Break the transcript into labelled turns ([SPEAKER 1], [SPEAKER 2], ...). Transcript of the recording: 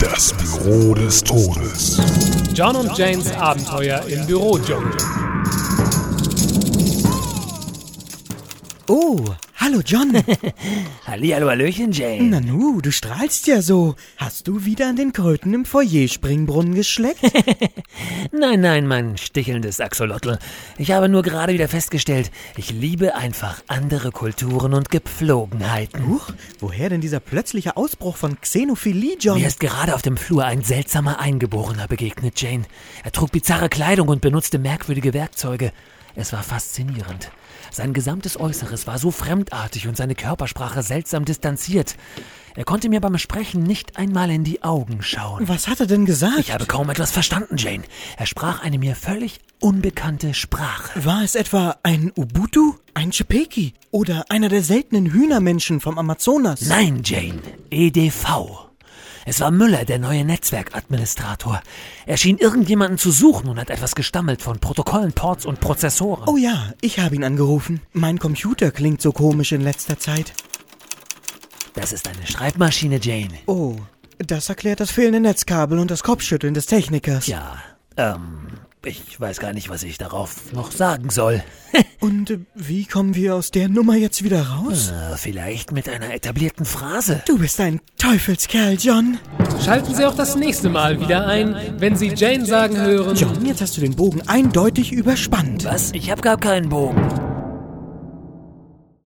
[SPEAKER 1] Das Büro des Todes.
[SPEAKER 2] John und Janes Abenteuer im Bürodschungel.
[SPEAKER 3] Oh, hallo John.
[SPEAKER 4] Hallihallo, Hallöchen, Jane.
[SPEAKER 3] Nanu, du strahlst ja so. Hast du wieder an den Kröten im Foyer-Springbrunnen geschleckt?
[SPEAKER 4] Nein, nein, mein stichelndes Axolotl. Ich habe nur gerade wieder festgestellt, ich liebe einfach andere Kulturen und Gepflogenheiten.
[SPEAKER 3] Huch, woher denn dieser plötzliche Ausbruch von Xenophilie, John?
[SPEAKER 4] Mir ist gerade auf dem Flur ein seltsamer Eingeborener begegnet, Jane. Er trug bizarre Kleidung und benutzte merkwürdige Werkzeuge. Es war faszinierend. Sein gesamtes Äußeres war so fremdartig und seine Körpersprache seltsam distanziert. Er konnte mir beim Sprechen nicht einmal in die Augen schauen.
[SPEAKER 3] Was hat er denn gesagt?
[SPEAKER 4] Ich habe kaum etwas verstanden, Jane. Er sprach eine mir völlig unbekannte Sprache.
[SPEAKER 3] War es etwa ein Ubutu, ein Chepeki oder einer der seltenen Hühnermenschen vom Amazonas?
[SPEAKER 4] Nein, Jane, EDV. Es war Müller, der neue Netzwerkadministrator. Er schien irgendjemanden zu suchen und hat etwas gestammelt von Protokollen, Ports und Prozessoren.
[SPEAKER 3] Oh ja, ich habe ihn angerufen. Mein Computer klingt so komisch in letzter Zeit.
[SPEAKER 4] Das ist eine Schreibmaschine, Jane.
[SPEAKER 3] Oh, das erklärt das fehlende Netzkabel und das Kopfschütteln des Technikers.
[SPEAKER 4] Ja, ähm, ich weiß gar nicht, was ich darauf noch sagen soll.
[SPEAKER 3] Und äh, wie kommen wir aus der Nummer jetzt wieder raus?
[SPEAKER 4] Äh, Vielleicht mit einer etablierten Phrase.
[SPEAKER 3] Du bist ein Teufelskerl, John.
[SPEAKER 2] Schalten Sie auch das nächste Mal wieder ein, wenn Sie Jane sagen hören.
[SPEAKER 3] John, jetzt hast du den Bogen eindeutig überspannt.
[SPEAKER 4] Was? Ich hab gar keinen Bogen.